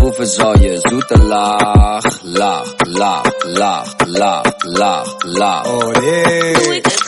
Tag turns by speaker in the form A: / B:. A: boven zal je zoete laag, laag, laag, laag, laag, laag, laag.
B: Oh yeah.
C: Doe ik het